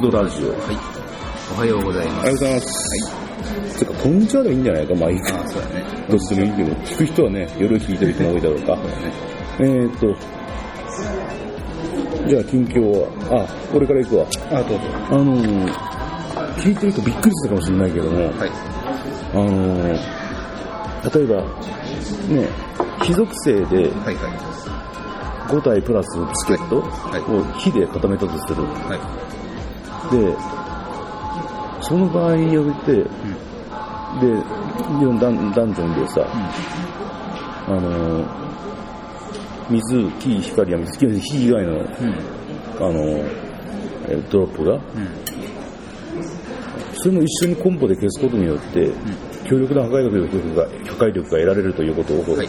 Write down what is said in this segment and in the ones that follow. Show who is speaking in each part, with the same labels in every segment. Speaker 1: ドラジオ。
Speaker 2: はい。おはようござい
Speaker 1: お
Speaker 2: ま
Speaker 1: はようご
Speaker 2: す。
Speaker 1: ざいます。てか、こんにちはでもいいんじゃないか、まあいい
Speaker 2: あ
Speaker 1: か。
Speaker 2: あ、そうだね。
Speaker 1: どっちでもいいけど、聞く人はね、夜聞いてる人が多いだろうか。えーっと、じゃあ近況は、あ、俺から行くわ。
Speaker 2: あ、どうぞ。
Speaker 1: あのー、聞いてるとびっくりしたかもしれないけども、
Speaker 2: はい。
Speaker 1: あのー、例えば、ね、火属性で
Speaker 2: はいは
Speaker 1: 5体プラスチケット
Speaker 2: いはい
Speaker 1: を火で固めたとする。
Speaker 2: い。はい。
Speaker 1: で、その場合によって、で、ダンダンジョンでさ、あのー、水、木、光、闇、月火以外の、
Speaker 2: うん。
Speaker 1: あのー、えドロップが、それも一緒にコンボで消すことによって、強力な破壊力が破壊力が得られるということを、
Speaker 2: うん。はい。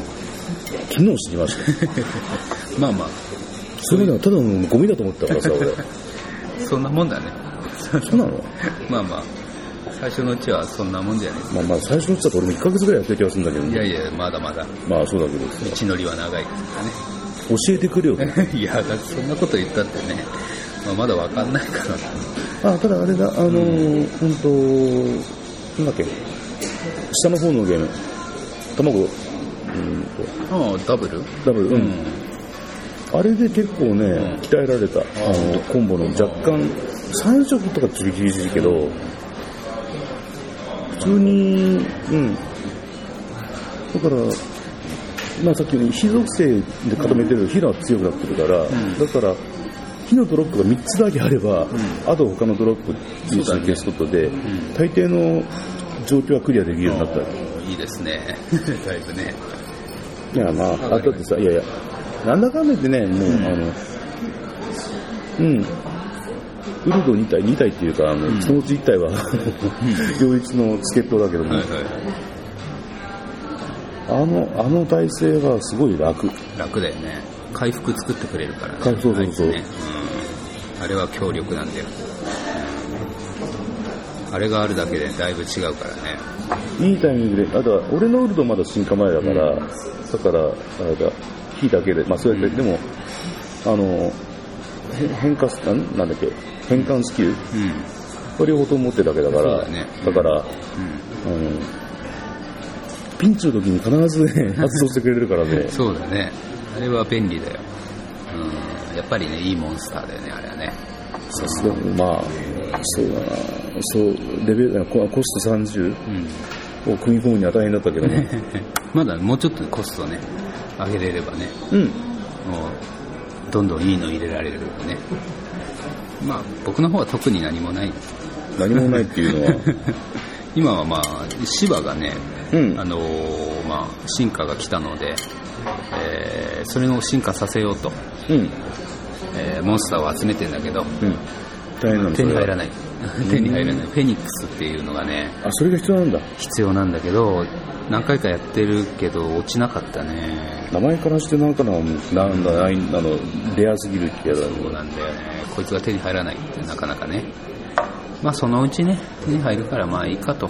Speaker 1: 昨日知りました。
Speaker 2: まあまあ、
Speaker 1: それがただのゴミだと思ったからさ、俺。
Speaker 2: そんなもんだね。
Speaker 1: そうなの
Speaker 2: まあまあ、最初のうちはそんなもんじゃない
Speaker 1: まあまあ、最初のうちだと俺も1ヶ月ぐらいやってる気がするんだけど、
Speaker 2: いやいや、まだまだ、
Speaker 1: まあそうだけど、
Speaker 2: 道のりは長いです
Speaker 1: 教えてくれよ
Speaker 2: か。らね。 いや、だってそんなこと言ったってね、まあ、まだわかんないからな。
Speaker 1: あ、ただあれだ、あのー、ほんと、なんだっけ、下の方のゲーム、卵、うーんと、
Speaker 2: ああ、ダブルう
Speaker 1: ダブル、うん。あれで結構ね、
Speaker 2: ん
Speaker 1: 鍛えられた、あの、コンボの若干、3色とかちょっと厳しいけど、普通に、うん。だから、まあさっきの火属性で固めてる火が強くなってるから、
Speaker 2: ん
Speaker 1: だから、火のドロップが3つだけあれば、あと他のドロップに消すことで、大抵の状況はクリアできるようになった。
Speaker 2: ん。いいですね。 だいぶね。
Speaker 1: いや、まあ、あだってさ、いやいや、なんだかんだ言ってね、もう、あの、うん、ウルド2体、2体っていうか、あの、そのうち1体は、両一のチケットだけども、
Speaker 2: はいは
Speaker 1: あの、あの体勢がすごい楽。
Speaker 2: い。楽だよね。回復作ってくれるからね。
Speaker 1: 回復そうそうそう
Speaker 2: あいつねうんあれは強力なんだよ。あれがあるだけでだいぶ違うからね。
Speaker 1: いいタイミングで、あとは、俺のウルドまだ進化前だから、だから、あれだ、火だけで、まあ、そうやって、でも、あの、へ変化す、なんなんだっけ、変換スキル
Speaker 2: うん。
Speaker 1: これ両方とも持ってるだけだから、
Speaker 2: そうだね、
Speaker 1: から、うんピンチの時に必ずね、発動してくれるからね
Speaker 2: そうだね。あれは便利だよ。うん。やっぱりね、いいモンスターだよね、あれはね。
Speaker 1: さすがにまあ、そうだな、そう、レベル、ココスト30
Speaker 2: うん。
Speaker 1: を組み込むには大変だったけどね、
Speaker 2: まだもうちょっとコストね、上げれればね、
Speaker 1: うん、
Speaker 2: もう、どんどんいいの入れられるよね。まあ、僕の方は特に何もない。
Speaker 1: 何もないっていうのは、
Speaker 2: 今はまあ、芝がね、
Speaker 1: うん
Speaker 2: あのーまあ、進化が来たので、えーそれを進化させようと、
Speaker 1: うん、
Speaker 2: えーモンスターを集めてんだけど、
Speaker 1: うん、大変なの
Speaker 2: 手に入ら
Speaker 1: い。
Speaker 2: ない。 手に入らない。フェニックスっていうのがね、
Speaker 1: あ、それが必要なんだ。
Speaker 2: 必要なんだけど、何回かやってるけど、落ちなかったね。
Speaker 1: 名前からしてなんかな、なんだ、ない、あの、レアすぎる気がだね。
Speaker 2: そうなんだよね。こいつが手に入らないってなかなかね。まあそのうちね、手に入るからまあいいかと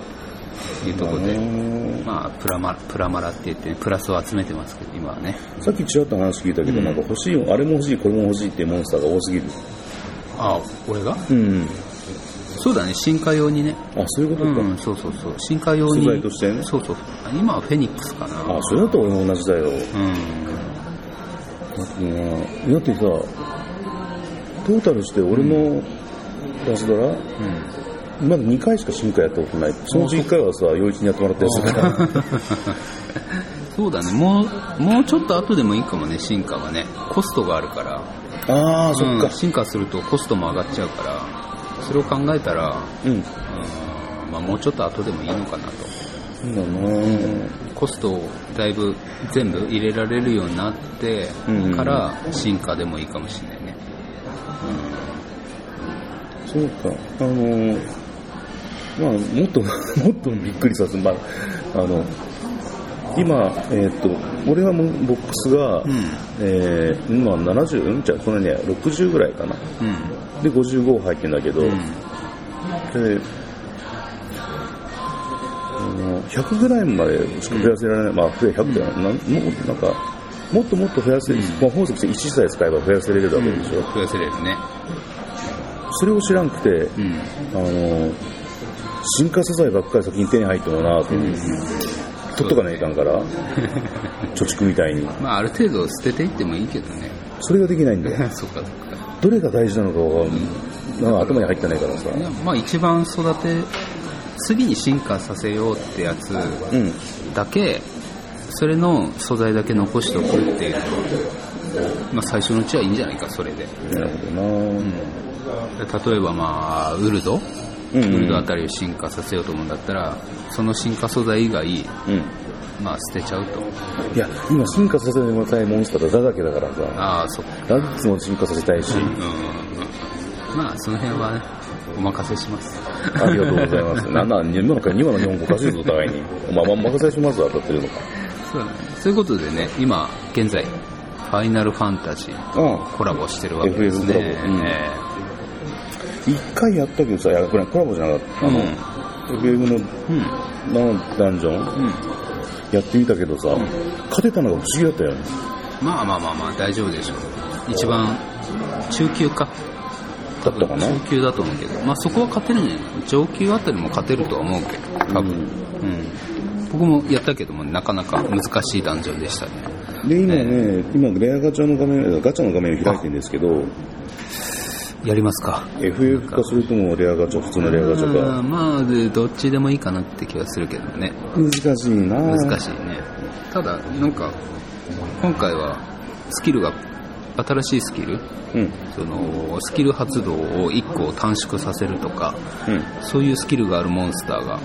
Speaker 2: いうところ
Speaker 1: あ
Speaker 2: で、
Speaker 1: のー
Speaker 2: まあプラマプラマラって言ってね、プラスを集めてますけど、今はね。
Speaker 1: さっきちらっと話聞いたけど、なんか欲しいよ、あれも欲しい、これも欲しいっていうモンスターが多すぎる。
Speaker 2: ああ、俺が
Speaker 1: うん。
Speaker 2: そうだね、進化用にね。
Speaker 1: あ、そういうこと
Speaker 2: う
Speaker 1: か。
Speaker 2: ん、そうそうそう。進化用に。
Speaker 1: 素材としてね
Speaker 2: そうそうそう。今はフェニックスかな。
Speaker 1: あ、それだと俺も同じだよ。
Speaker 2: うん。
Speaker 1: だってなだってさ、トータルして俺のラスドラ、
Speaker 2: うん。
Speaker 1: まだ2回しか進化やったことない。そのうち1回はさ、陽一にやってもらったやつだから。
Speaker 2: そうだね、もう、もうちょっと後でもいいかもね、進化はね。コストがあるから。
Speaker 1: ああ、そっ
Speaker 2: うん、
Speaker 1: か。
Speaker 2: 進化するとコストも上がっちゃうから、それを考えたら、
Speaker 1: うん。
Speaker 2: うんまあ、もうちょっと後でもいいのかなと。
Speaker 1: そうだな
Speaker 2: コストをだいぶ全部入れられるようになって
Speaker 1: うん
Speaker 2: から進化でもいいかもしれないね。
Speaker 1: そうか。あのー、まあ、もっと、 もっとびっくりさせる。まあ、あの、今、えっ、と、俺はもうボックスが、
Speaker 2: うん。
Speaker 1: えー、今70、うんちゃう、そのね、60ぐらいかな。
Speaker 2: うん。
Speaker 1: で、55入ってんだけど、
Speaker 2: うん。
Speaker 1: で、あの100ぐらいまでしか増やせられない、まあ、増え100じゃない、なんもっとなんか、もっともっと増やせ、まあ、本籍で1さえ使えば増やせれるわけでしょ。
Speaker 2: 増やせれるね。
Speaker 1: それを知らんくて、
Speaker 2: うん。
Speaker 1: あの進化素材ばっかり先に手に入ってもなと、取っとかないかんから、貯蓄みたいに。
Speaker 2: まあ、ある程度捨てていってもいいけどね。
Speaker 1: それができないんだ よ。
Speaker 2: そっかそっか。
Speaker 1: どれが大事なのかが、なんか頭に入ってないからさ。
Speaker 2: いやまあ、一番育て、次に進化させようってやつ
Speaker 1: うん。
Speaker 2: だけ、それの素材だけ残しておくっていうのはまあ、最初のうちはいいんじゃないか、それで。
Speaker 1: なるほどな
Speaker 2: 例えば、まあ、ウルド、
Speaker 1: うんうん
Speaker 2: ウルドあたりを進化させようと思うんだったら、その進化素材以外、
Speaker 1: うん。
Speaker 2: まあ、捨てちゃうと。
Speaker 1: いや、今進化させたいモンスターだザだけだからさ、
Speaker 2: ああ、そっか。
Speaker 1: ラッツも進化させたいし、
Speaker 2: うんうんうんまあ、その辺はね、お任せします。
Speaker 1: ありがとうござい ます。なんなん、今のか今の日本語おかしいぞ、お互いに。まあ、まあ、任せしますわ、当たってるのか。
Speaker 2: そうだね。そういうことでね、今、現在、ファイナルファンタジー、
Speaker 1: う
Speaker 2: コラボしてるわけですね。
Speaker 1: FF コラボうん
Speaker 2: え
Speaker 1: ん。一回やったけどさ、いや、これコラボじゃなかった。あの、
Speaker 2: うん
Speaker 1: FM
Speaker 2: えうん。
Speaker 1: のなんダンジョン
Speaker 2: うん。
Speaker 1: やってみたけどさ、勝てたのが不思議だったよね。
Speaker 2: まあまあまあまあ、大丈夫でしょう。一番、中級か。
Speaker 1: だったかな
Speaker 2: 中級だと思うけど、まあそこは勝てるんじゃない上級あたりも勝てるとは思うけど、多分。
Speaker 1: うん
Speaker 2: うん僕もやったけども、なかなか難しいダンジョンでしたね。
Speaker 1: で、今ね、今レアガチャの画面、ガチャの画面を開いてるんですけど、
Speaker 2: やりますか。
Speaker 1: FF かそれともレアガチャ、普通のレアガチャ
Speaker 2: う
Speaker 1: か。
Speaker 2: んまあでどっちでもいいかなって気はするけどね
Speaker 1: 難しいな
Speaker 2: 難
Speaker 1: し
Speaker 2: しいねただなんか今回はスキルが新しいスキル
Speaker 1: い。うん。
Speaker 2: そのスキル発動を1個短縮させるとか
Speaker 1: うん。
Speaker 2: そういうスキルがあるモンスターが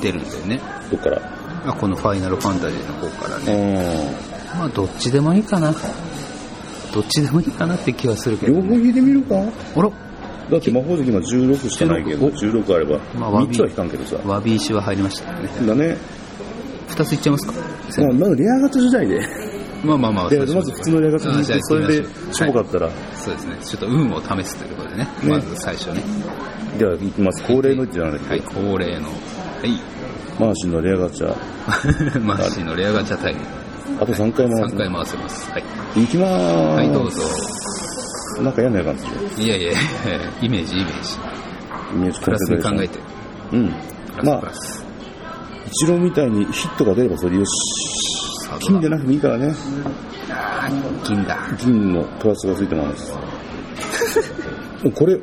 Speaker 2: 出るんだよね
Speaker 1: どっから
Speaker 2: あこの「ファイナルファンタジー」の方からね
Speaker 1: あ
Speaker 2: まあどっちでもいいかなどっちでもいいかなって気はするけ
Speaker 1: 両
Speaker 2: ど、
Speaker 1: 方
Speaker 2: ね、
Speaker 1: 入れてみるか
Speaker 2: あら
Speaker 1: だって魔法石今16しかないけど、16あれば、
Speaker 2: まあわび
Speaker 1: 3つは引かんけどさ。
Speaker 2: わび石は入りましたね
Speaker 1: だね。
Speaker 2: 2ついっちゃいますか
Speaker 1: まあ、まずレアガチャ時代で。
Speaker 2: まあまあまあ
Speaker 1: でまず普通のレアガチャ
Speaker 2: あ
Speaker 1: 時
Speaker 2: じゃ
Speaker 1: 代
Speaker 2: あ
Speaker 1: で、それで
Speaker 2: 行きま、し
Speaker 1: し
Speaker 2: ょう
Speaker 1: ょぼかったら、
Speaker 2: そうですね。ちょっと運を試すということでね。
Speaker 1: ね
Speaker 2: まず最初ね。
Speaker 1: では、いきます。恒例の一じゃない
Speaker 2: はい、恒例の。はい。
Speaker 1: マーシンのレアガチャ。
Speaker 2: マーシーのレアガチャタイム。
Speaker 1: あと3回回す
Speaker 2: 3。回回せます。はい。
Speaker 1: いきまーす。
Speaker 2: はい、どうぞ。
Speaker 1: なんか嫌な予感する。
Speaker 2: いやいや、 イメージ、イメージ。
Speaker 1: イメージ
Speaker 2: プラスに考えて。
Speaker 1: えうん。
Speaker 2: プ
Speaker 1: ま
Speaker 2: ラス、プ
Speaker 1: あ
Speaker 2: ラ、ス。
Speaker 1: 一郎みたいにヒットが出ればそれでよし。
Speaker 2: さあどうだ
Speaker 1: 金じゃなくてもいいからね。
Speaker 2: あー金だ。
Speaker 1: 銀のプラスがついてます。 おこれ、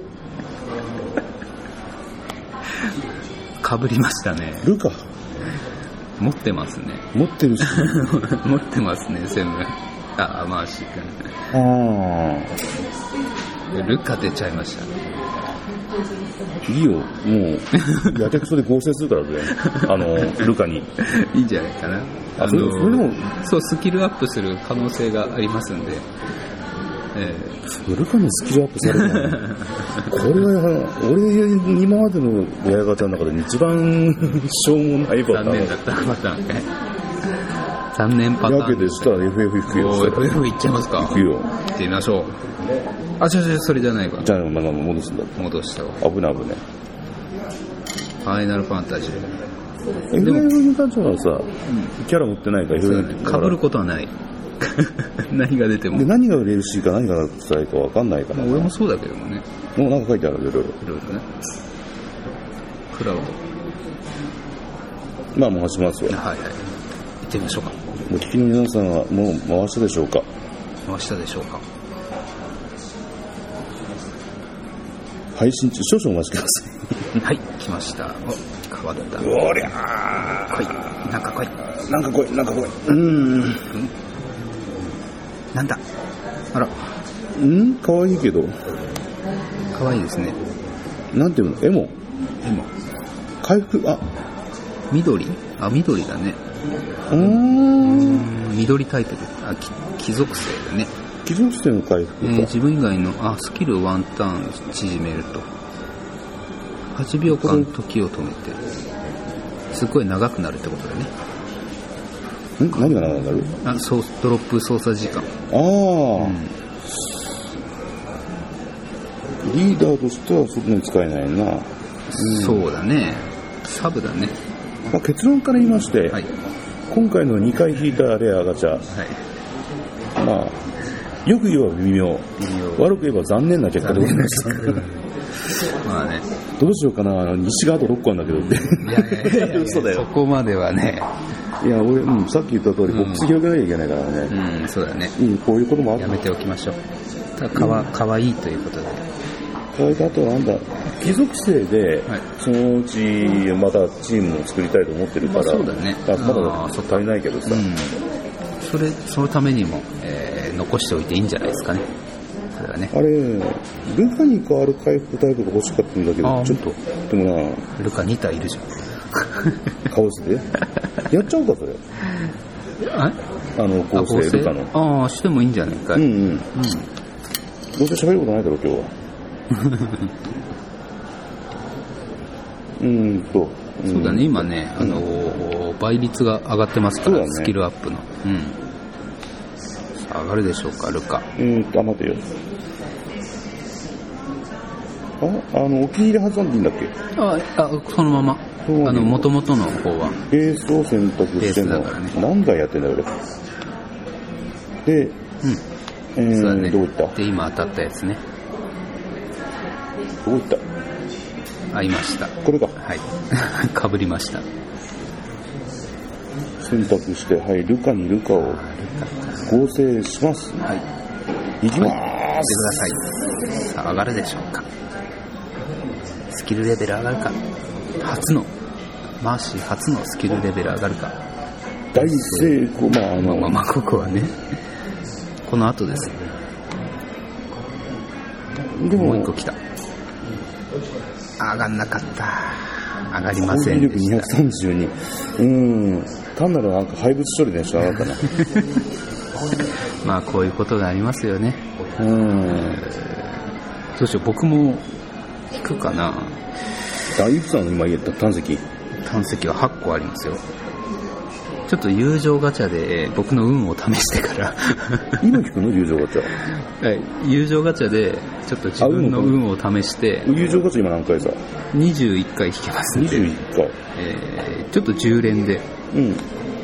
Speaker 2: かぶりましたね。
Speaker 1: ルカ、
Speaker 2: 持ってますね。
Speaker 1: 持ってるし。
Speaker 2: 持ってますね、全部。ああ、マーシー
Speaker 1: ああ。
Speaker 2: 君。ルカ出ちゃいましたね。
Speaker 1: いいよ、もう、 やけくそで合成するからね、あの、ルカに。
Speaker 2: いいんじゃないかな。
Speaker 1: あ、それそれでも、
Speaker 2: そう、スキルアップする可能性がありますんで。え
Speaker 1: ルカのスキルアップされるのねこれはやはり、俺、今までの親方の中で一番、しょうもない
Speaker 2: ー
Speaker 1: パタ
Speaker 2: 残念だ
Speaker 1: ー
Speaker 2: ったパターンね。残念パタ
Speaker 1: ン。
Speaker 2: ーン。
Speaker 1: やけでしたら FF 行くよ。
Speaker 2: おー FF 行っちゃいますか。
Speaker 1: 行くよ。
Speaker 2: 行ってみましょう。あ、違う違う、それじゃないか。
Speaker 1: じゃあ、まだ戻すんだ。
Speaker 2: 戻したわ。
Speaker 1: 危ない危ない。
Speaker 2: ファイナルファンタジー。でも
Speaker 1: FF に関してはさ、キャラ持ってないから、
Speaker 2: そう
Speaker 1: FF
Speaker 2: だね
Speaker 1: に
Speaker 2: かぶることは ない。何が出ても。
Speaker 1: で、
Speaker 2: ま
Speaker 1: 何が嬉しいか何が辛いかわかんないから
Speaker 2: あ
Speaker 1: ね。
Speaker 2: 俺もそうだけどもね。
Speaker 1: もうなんか書いてあるけど、
Speaker 2: いろいろね。クラウ
Speaker 1: まあ、回しますよ
Speaker 2: ド。。はいはい。行ってみましょうか。
Speaker 1: お聞きの皆さんはもう回したでしょうか
Speaker 2: 回したでしょうか。
Speaker 1: 配信中少々お待ちくだ
Speaker 2: はい、来ました。お、変わった。
Speaker 1: さいおりゃ
Speaker 2: 来い。なんか来い。
Speaker 1: ーなんか来いなんか来いうん
Speaker 2: なんだあら、
Speaker 1: うんかわいいけど
Speaker 2: かわいいですね。
Speaker 1: なんていうの絵も
Speaker 2: でも、
Speaker 1: 回復あ
Speaker 2: 緑あ、緑だね。
Speaker 1: うーん
Speaker 2: 緑タイプで。あ、き貴族性だね。
Speaker 1: 貴族性の回
Speaker 2: え
Speaker 1: 復
Speaker 2: ー
Speaker 1: か、
Speaker 2: 自分以外の、あ、スキルをワンターン縮めると。8秒間時を止めて。すっごい長くなるってことだね。
Speaker 1: ん何が長くなる
Speaker 2: あ、そう、ドロップ操作時間。
Speaker 1: ああ、リーダーとしてはそんなに使えないな、ま
Speaker 2: そうだね。サブだね。
Speaker 1: あ、結論から言いまして、
Speaker 2: はい。
Speaker 1: 今回の2回引いたレアガチャ
Speaker 2: はい。
Speaker 1: まあよく言えば微妙
Speaker 2: 微妙
Speaker 1: 悪く言えば残念な結果でございます
Speaker 2: まあ ね。
Speaker 1: どうしようかな、西があと6個あるんだけどって。
Speaker 2: いやいやいやいや
Speaker 1: 嘘だよ
Speaker 2: そこまではね。
Speaker 1: いや、俺、うん、さっき言った通り、ボックス広げなきゃいけないから
Speaker 2: う
Speaker 1: ね。
Speaker 2: ん、そうだね。
Speaker 1: うん、こういうこともあっ
Speaker 2: や
Speaker 1: た
Speaker 2: めておきましょう。ただ、かわ、かわいいということで。
Speaker 1: それとあとはなんだ、貴族制で
Speaker 2: はい、
Speaker 1: そのうちまたチームを作りたいと思ってるから、
Speaker 2: まあそうだね
Speaker 1: あま
Speaker 2: あー
Speaker 1: だ
Speaker 2: そっ
Speaker 1: 足りないけどさ、
Speaker 2: うん。それ、そのためにも、えー、残しておいていいんじゃないですかね。それはね。
Speaker 1: あれ、ルカに変わる回復タイプが欲しかったんだけ
Speaker 2: あ
Speaker 1: ど、
Speaker 2: ー
Speaker 1: ちょっと、でも
Speaker 2: ルカ2体いるじゃん。
Speaker 1: な、顔 して、やっちゃおうか、それ。
Speaker 2: あ
Speaker 1: あの、合成ルカの。
Speaker 2: ああ、してもいいんじゃないか
Speaker 1: う
Speaker 2: い。
Speaker 1: ん
Speaker 2: うん。
Speaker 1: うん。どうせ喋ることないだろ、今日は。 うーんと。ん
Speaker 2: そうだね、。今ね、あのー倍率が上がってます
Speaker 1: そ
Speaker 2: か
Speaker 1: う
Speaker 2: ら、
Speaker 1: だね
Speaker 2: スキルアップの。うん。さあ上がるでしょうか、ルカ。
Speaker 1: うーんと、あ、待てよ。あ、あの、お気に入り挟んでいいんだっけ
Speaker 2: あ、あそのまま。
Speaker 1: そうね
Speaker 2: あの、元々の方は。
Speaker 1: ベースを選択してんの。
Speaker 2: ベースだからね
Speaker 1: 何回やってんだよ、俺。で、え
Speaker 2: うん。そうだ
Speaker 1: ー、
Speaker 2: ね。
Speaker 1: どこ行った
Speaker 2: で、今当たったやつね。
Speaker 1: どこ行った
Speaker 2: あ、いました。
Speaker 1: これか。
Speaker 2: はい。かぶりました。
Speaker 1: 選択して、はい、ルカにルカを合成します。
Speaker 2: はい。
Speaker 1: いきま
Speaker 2: や
Speaker 1: ーす。
Speaker 2: ってください。さあ、上がるでしょうか。スキルレベル上がるか。初の、マーシー初のスキルレベル上がるか。
Speaker 1: 大成功。まあ、あ
Speaker 2: まあまあ
Speaker 1: の、
Speaker 2: まあ、ここはね。この後です。
Speaker 1: で
Speaker 2: もう一
Speaker 1: も
Speaker 2: 個、来た。上がんなかった。上がりませ
Speaker 1: 攻撃
Speaker 2: んで
Speaker 1: 力
Speaker 2: した。
Speaker 1: 232。うん。単なるなんか廃物処理のやつじゃなかっ
Speaker 2: まあ、こういうことがありますよね。
Speaker 1: たな。う ん。
Speaker 2: どうしよう、僕も、引くかな。
Speaker 1: あ、いくつなの今言った胆石。
Speaker 2: 胆石は8個ありますよ。ちょっと友情ガチャで、えー僕の運を試してから。
Speaker 1: 今聞くの友情ガチャ。
Speaker 2: はい、友情ガチャでちょっと自分の
Speaker 1: あ
Speaker 2: 運を試して
Speaker 1: 友情ガチャ今何回さ
Speaker 2: 21回引けますんで、
Speaker 1: ?21 回。
Speaker 2: えーちょっと10連で
Speaker 1: うん。ち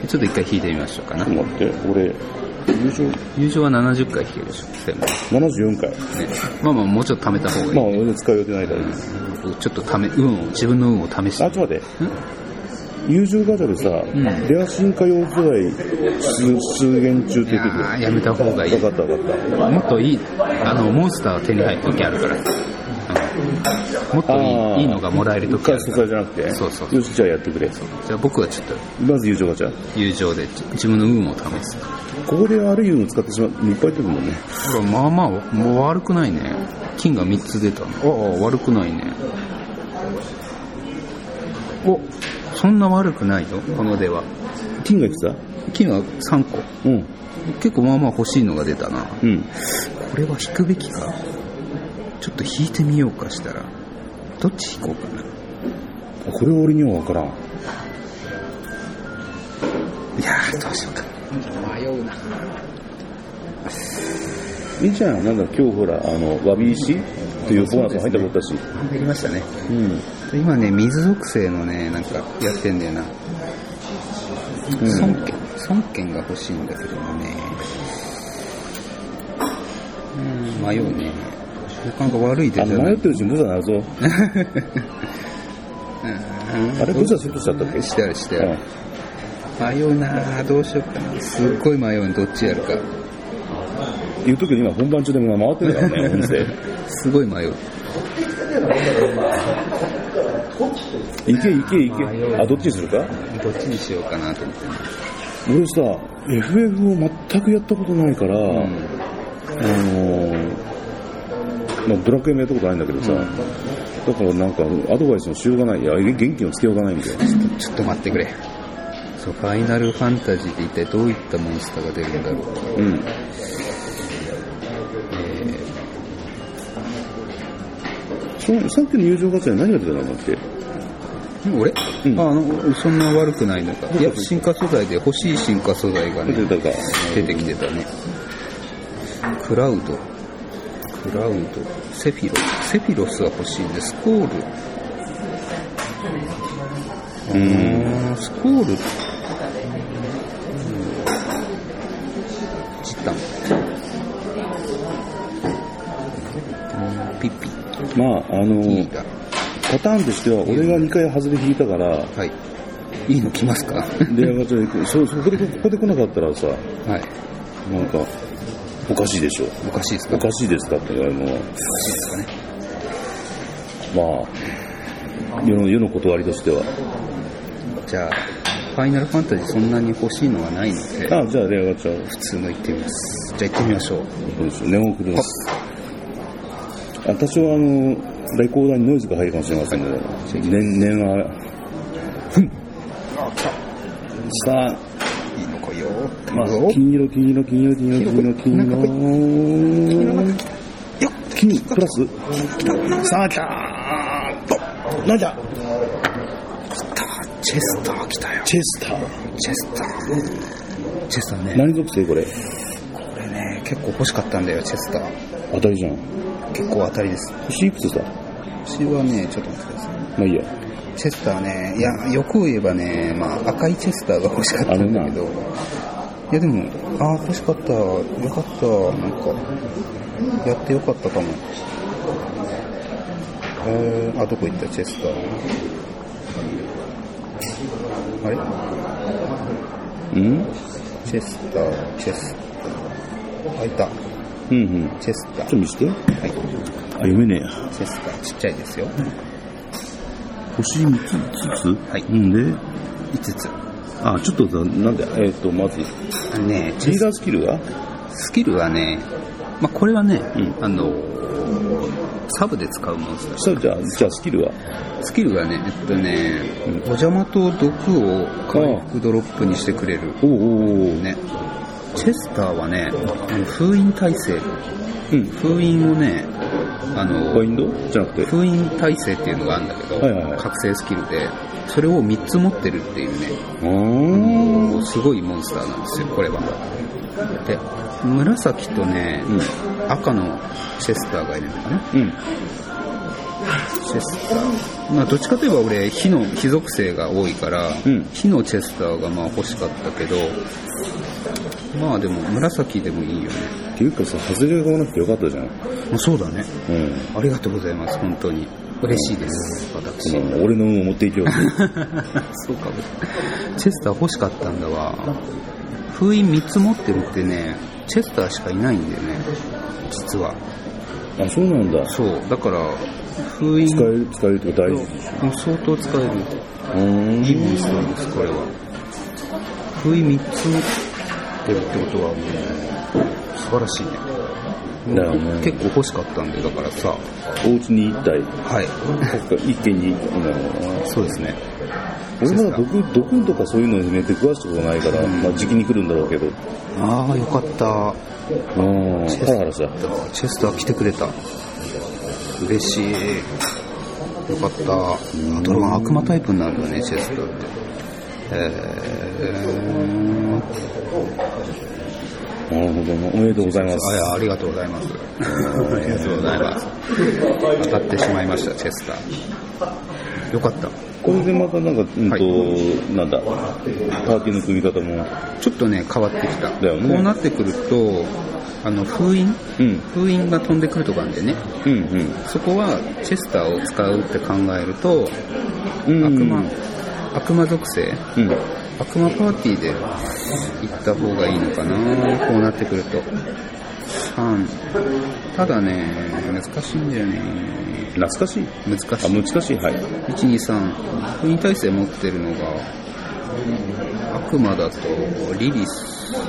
Speaker 2: ちょっと1回引いてみましょうかな
Speaker 1: ょっと待って、俺、友情
Speaker 2: 友情は70回引けるでしょ全部ね
Speaker 1: 74回。
Speaker 2: まあまあもうちょっと貯めた方がいい
Speaker 1: まあ、、俺の使う予定ないからいいです。
Speaker 2: ちょっと貯め運を自分の運を試し
Speaker 1: あ、
Speaker 2: て
Speaker 1: ちょっと待って。友情ガチャでさ、
Speaker 2: ん
Speaker 1: レア進化用具合出出現中って言ってく
Speaker 2: いやーやめた方がいい
Speaker 1: わかったわかった。
Speaker 2: もっといいあのモンスター手に入る時あるから、うんもっと
Speaker 1: あ
Speaker 2: い
Speaker 1: ー
Speaker 2: いいいのがもらえる時
Speaker 1: 回
Speaker 2: ある
Speaker 1: 主
Speaker 2: から
Speaker 1: 催じゃなくて。
Speaker 2: そうそうそう
Speaker 1: よし、じゃあやってくれ。
Speaker 2: じゃあ僕はちょっと
Speaker 1: まず友情ガチャ。
Speaker 2: 友情で自分の運を試す
Speaker 1: ここで悪い運使ってしまう。いっぱい出てるもんね。
Speaker 2: これまあまあもう悪くないね金が3つ出たのああ悪くないねおそんな悪くないよこの出は
Speaker 1: 金がいくつだ
Speaker 2: 金は3個
Speaker 1: うん。
Speaker 2: 結構まあまあ欲しいのが出たな
Speaker 1: うん。
Speaker 2: これは引くべきかちょっと引いてみようかしたらどっち引こうかな
Speaker 1: あこれは俺にはわからん。
Speaker 2: いやーどうしようか迷うない
Speaker 1: いじゃん。なんだ、今日ほら、あの、わび石というボーナスも入ったことだし。
Speaker 2: 入りましたね
Speaker 1: うん。
Speaker 2: 今ね水属性のねなんかやってんだよな孫権孫権が欲しいんだけどもねうん迷うね習慣が悪いで
Speaker 1: あ
Speaker 2: じ
Speaker 1: の、
Speaker 2: ゃな
Speaker 1: 迷っ
Speaker 2: い
Speaker 1: てるうちにブザなるぞ。あれ、ブザセットしちゃったっけ
Speaker 2: してあるしてあ
Speaker 1: うん
Speaker 2: る、迷うなどうしようかなすっごい迷うのどっちやるか
Speaker 1: 言うときに今本番中でも回ってるからね、音 声。
Speaker 2: すごい迷う
Speaker 1: いけいけいけ。あ、どっちにするか
Speaker 2: どっちにしようかなと思ってね
Speaker 1: 俺さ、FF を全くやったことないから、あのーまあ、ドラクエもやったことないんだけどさ、だからなんかアドバイスのしようがない、いや、元気のつけようがないんだよ。
Speaker 2: うんちょっと待ってくれそうファイナルファンタジーって一体どういったモンスターが出るんだろう
Speaker 1: うん。そうさっきの友情ガチャで何が出たのだって。
Speaker 2: 俺、
Speaker 1: うん
Speaker 2: ああのそんな悪くないのかいや進化素材で欲しい進化素材がね
Speaker 1: 出てたか。
Speaker 2: 出てきてたねクラウドクラウドセフィロスセフィロスは欲しいんでスコールうんスコール、うん、チタンうんピッピ
Speaker 1: まあ、あの、
Speaker 2: いいだ。
Speaker 1: パターンとしては、俺が2回外れ引いたから、
Speaker 2: はい。いいの来ますか は
Speaker 1: で、やがて、 そ、そこで、ここで来なかったらさ、
Speaker 2: い。
Speaker 1: なんか、おかしいでしょ。
Speaker 2: おかしいですか
Speaker 1: おかしいですかって言われるのは、まあ、世の、世の断りとしては。
Speaker 2: じゃあ、ファイナルファンタジーそんなに欲しいのはないので、
Speaker 1: あ、じゃあ、レアガチャ、
Speaker 2: 普通の行ってみます。じゃあ行ってみましょう。
Speaker 1: そうですよネオンクルです。あ多少あの、レコーダーにノイズが入るかもしれませんので、年、年は、ふん。さあ、
Speaker 2: いいの来いよ。
Speaker 1: まあ
Speaker 2: 来いよ、
Speaker 1: 金色、金色、金色、金色、金色、金
Speaker 2: なんか来い
Speaker 1: 色、
Speaker 2: よっ
Speaker 1: 金、プラスさあ、来たーと、なんじゃ
Speaker 2: チェスター来たよ。
Speaker 1: チェスター。
Speaker 2: チェスター。チェスターね。
Speaker 1: 何属性これ
Speaker 2: これね、結構欲しかったんだよ、チェスター。
Speaker 1: 当たりじゃん。
Speaker 2: 結構当たりです。
Speaker 1: 星いくつだ
Speaker 2: 私はね、ちょっと待ってください。
Speaker 1: まあいいや。
Speaker 2: チェスターね、いや、欲を言えばね、まあ、赤いチェスターが欲しかったんだけど、いやでも、ああ、欲しかった、よかった、なんか、やってよかったかも。えー、あ、どこ行った、チェスター。あれ
Speaker 1: うん
Speaker 2: チェスター、チェスター。あ、いた、
Speaker 1: うんうん。
Speaker 2: チェス
Speaker 1: ちょ
Speaker 2: タ
Speaker 1: っと
Speaker 2: ー。
Speaker 1: 見せて。
Speaker 2: はい、
Speaker 1: あ、読めねえや。
Speaker 2: チェスター、ちっちゃいですよ。
Speaker 1: 星3つ、5つ
Speaker 2: はい
Speaker 1: うんで、
Speaker 2: 5つ。
Speaker 1: あ、ちょっとだ、なんで、えっ、と、まず、リ
Speaker 2: あのね、
Speaker 1: ーダースキルが
Speaker 2: スキルはね、まあ、これはね、
Speaker 1: うん
Speaker 2: あの、サブで使うモンスター。
Speaker 1: そしたらじゃあ、じゃあスキルは
Speaker 2: スキルがね、えっとね、
Speaker 1: うん
Speaker 2: お邪魔と毒を回復ドロップにしてくれる。
Speaker 1: おうおうおう
Speaker 2: ね。チェスターはね、あの封印耐性。
Speaker 1: うん。
Speaker 2: 封印をね、あの
Speaker 1: ポイ、ントじゃなくて。
Speaker 2: 封印耐性っていうのがあるんだけど、
Speaker 1: はいはいはい
Speaker 2: 覚醒スキルで、それを3つ持ってるっていうね、
Speaker 1: うーん。
Speaker 2: すごいモンスターなんですよ、これは。で、紫とね、
Speaker 1: うん
Speaker 2: 赤のチェスターがいるのかな。
Speaker 1: うん。
Speaker 2: チェスター。まあ、どっちかといえば俺、火の、火属性が多いから、
Speaker 1: うん
Speaker 2: 火のチェスターがまあ欲しかったけど、まあでも、紫でもいいよね。
Speaker 1: っていうかさ、外れが来なくてよかったじゃん。
Speaker 2: まあ、そうだね。
Speaker 1: うん。
Speaker 2: ありがとうございます、本当に。嬉しいです、私。
Speaker 1: その俺の運を持っていきようって。
Speaker 2: そうかも。チェスター欲しかったんだわ。封印3つ持ってるってね、チェスターしかいないんだよね。実は。
Speaker 1: あ、そうなんだ。
Speaker 2: そう。だから、封印
Speaker 1: 使える、使えるってこと大事。
Speaker 2: もう相当使える。
Speaker 1: うーん。
Speaker 2: いいモンスターです、これは。封印3つ持ってるってことはもう、素晴らしいね。
Speaker 1: だよね
Speaker 2: 結構欲しかったんで、だからさ。
Speaker 1: お家に1体。
Speaker 2: はい。
Speaker 1: そっか、一軒に、うん
Speaker 2: そうですね。
Speaker 1: 俺まだ毒、毒とかそういうのにね、出くわしたことないから、まあ、時期に来るんだろうけど。
Speaker 2: ああ、よかった。
Speaker 1: うん。ハラハラした。
Speaker 2: チェスター来てくれた。嬉しい。よかった。ドラゴン悪魔タイプになるよね、チェスターって。えー、
Speaker 1: なるほどね。おめでとうございます。
Speaker 2: あいやありがとうござい ます。ありがとうございます。当たってしまいました、チェスター。よかった。
Speaker 1: これでまたなんか、うんと、
Speaker 2: は
Speaker 1: なんだ、パーティーの組み方も、
Speaker 2: ちょっとね、変わってきた。
Speaker 1: だよね
Speaker 2: こうなってくると、あの、封印
Speaker 1: うん、
Speaker 2: 封印が飛んでくるとかあるんでね。
Speaker 1: うん、
Speaker 2: そこは、チェスターを使うって考えると、
Speaker 1: うん。
Speaker 2: 悪魔、悪魔属性
Speaker 1: うん。
Speaker 2: 悪魔パーティーで行った方がいいのかなこうなってくると。三ただね、難しいんだよね。
Speaker 1: 懐かしい
Speaker 2: 難し
Speaker 1: あ、
Speaker 2: い。
Speaker 1: 難しい、はい。
Speaker 2: 1、2、3。封印耐性持ってるのが、悪魔だと、リリス。か、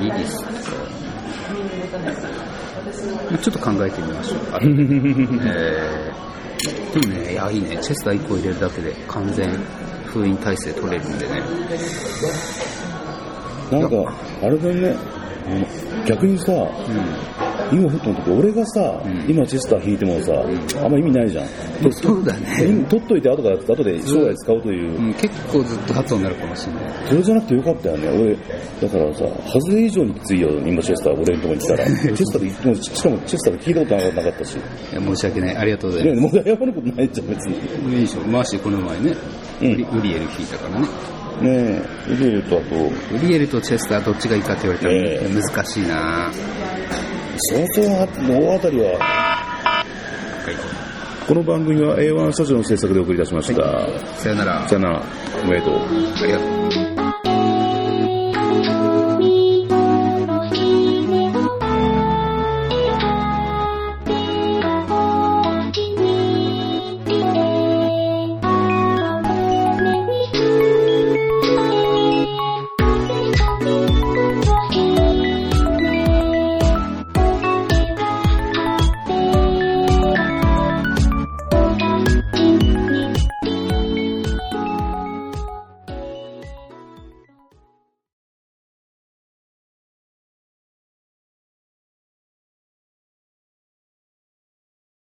Speaker 2: リリスか。まあちょっと考えてみましょ う。あえー、でもね、いや、いいね。チェスター1個入れるだけで完全封印耐性取れるんでね。
Speaker 1: なんか、あれだね、うん逆にさ、
Speaker 2: う
Speaker 1: 今ふっと思ったけど、俺がさ、
Speaker 2: うん
Speaker 1: 今チェスター引いてもさ、
Speaker 2: ん
Speaker 1: あんま意味ないじゃん。
Speaker 2: ん。そうだね。
Speaker 1: 今取っといて後から、後で将来使うという
Speaker 2: う。ん、結構ずっと後になるかもしれない。
Speaker 1: それじゃなくてよかったよね。俺、だからさ、外れ以上にきついよ、今チェスター、俺のとこに 来たら。チェスターで、もうしかもチェスターで聞いたことなかったし。
Speaker 2: いや申し訳ない。ありがとうございます
Speaker 1: ね、。もう謝ることないじゃん、別に。
Speaker 2: いいでしょ。マーシーこの前ね、
Speaker 1: うん
Speaker 2: ウリウリエル聞いたからね。
Speaker 1: ねえ、ルールとあと、
Speaker 2: ウリエルとチェスターどっちがいいかって言われたら、
Speaker 1: ええ
Speaker 2: 難しいな
Speaker 1: 相当あ大当たりは、この番組は A1 スタジオの制作で送り出しました。
Speaker 2: さよなら。
Speaker 1: さよなら、おめでとう。
Speaker 2: ありがとう。